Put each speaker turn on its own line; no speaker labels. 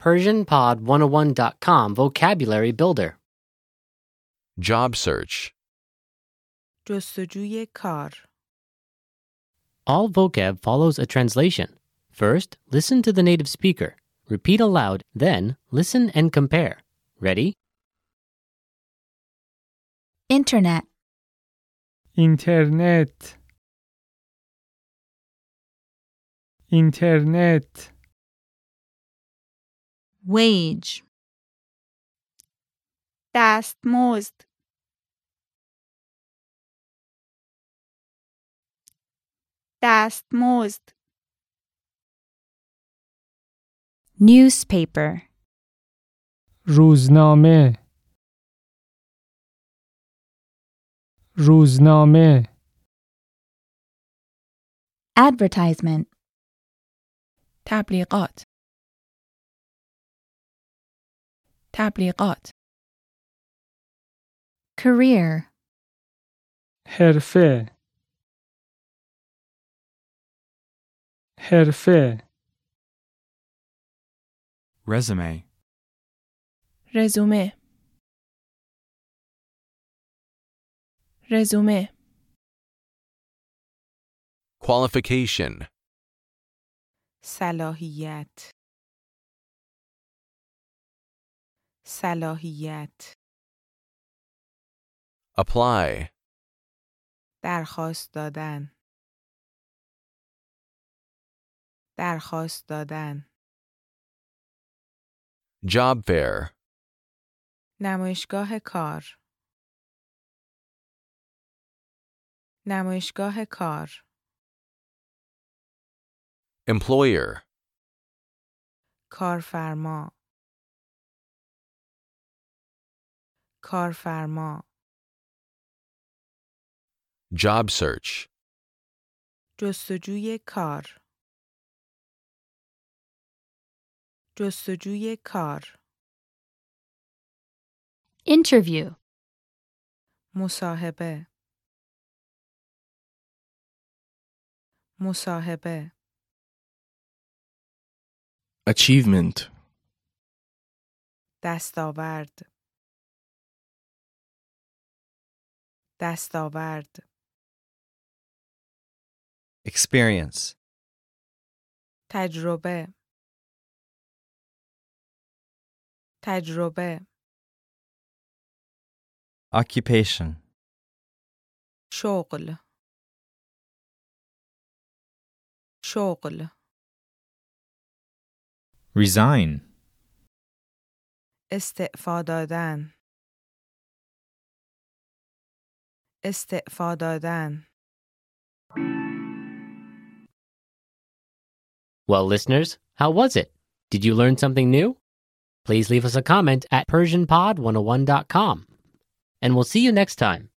PersianPod101.com Vocabulary Builder.
Job search.
جستجوی کار
All vocab follows a translation. First, listen to the native speaker. Repeat aloud, then, listen and compare. Ready?
Internet.
اینترنت اینترنت
Wage.
دست مزد دست مزد
Newspaper.
روزنامه روزنامه
Advertisement.
تبلیغات تبلیغات
Career.
حرفه حرفه
resume,
رزومه رزومه
Qualification.
صلاحیت صلاحیت
Apply.
درخواست دادن درخواست دادن
Job fair.
نمایشگاه کار نمایشگاه کار
Employer.
کارفرما کارفرما
Job search.
جستجوی کار جستجوی کار
Interview.
مصاحبه مصاحبه
Achievement.
دستاورد دستاورد
experience,
تجربه تجربه
occupation,
شغل شغل
resign,
استعفا دادن استعفا دادن
Well, listeners, how was it? Did you learn something new? oh Please leave us a comment at PersianPod101.com. And we'll see you next time.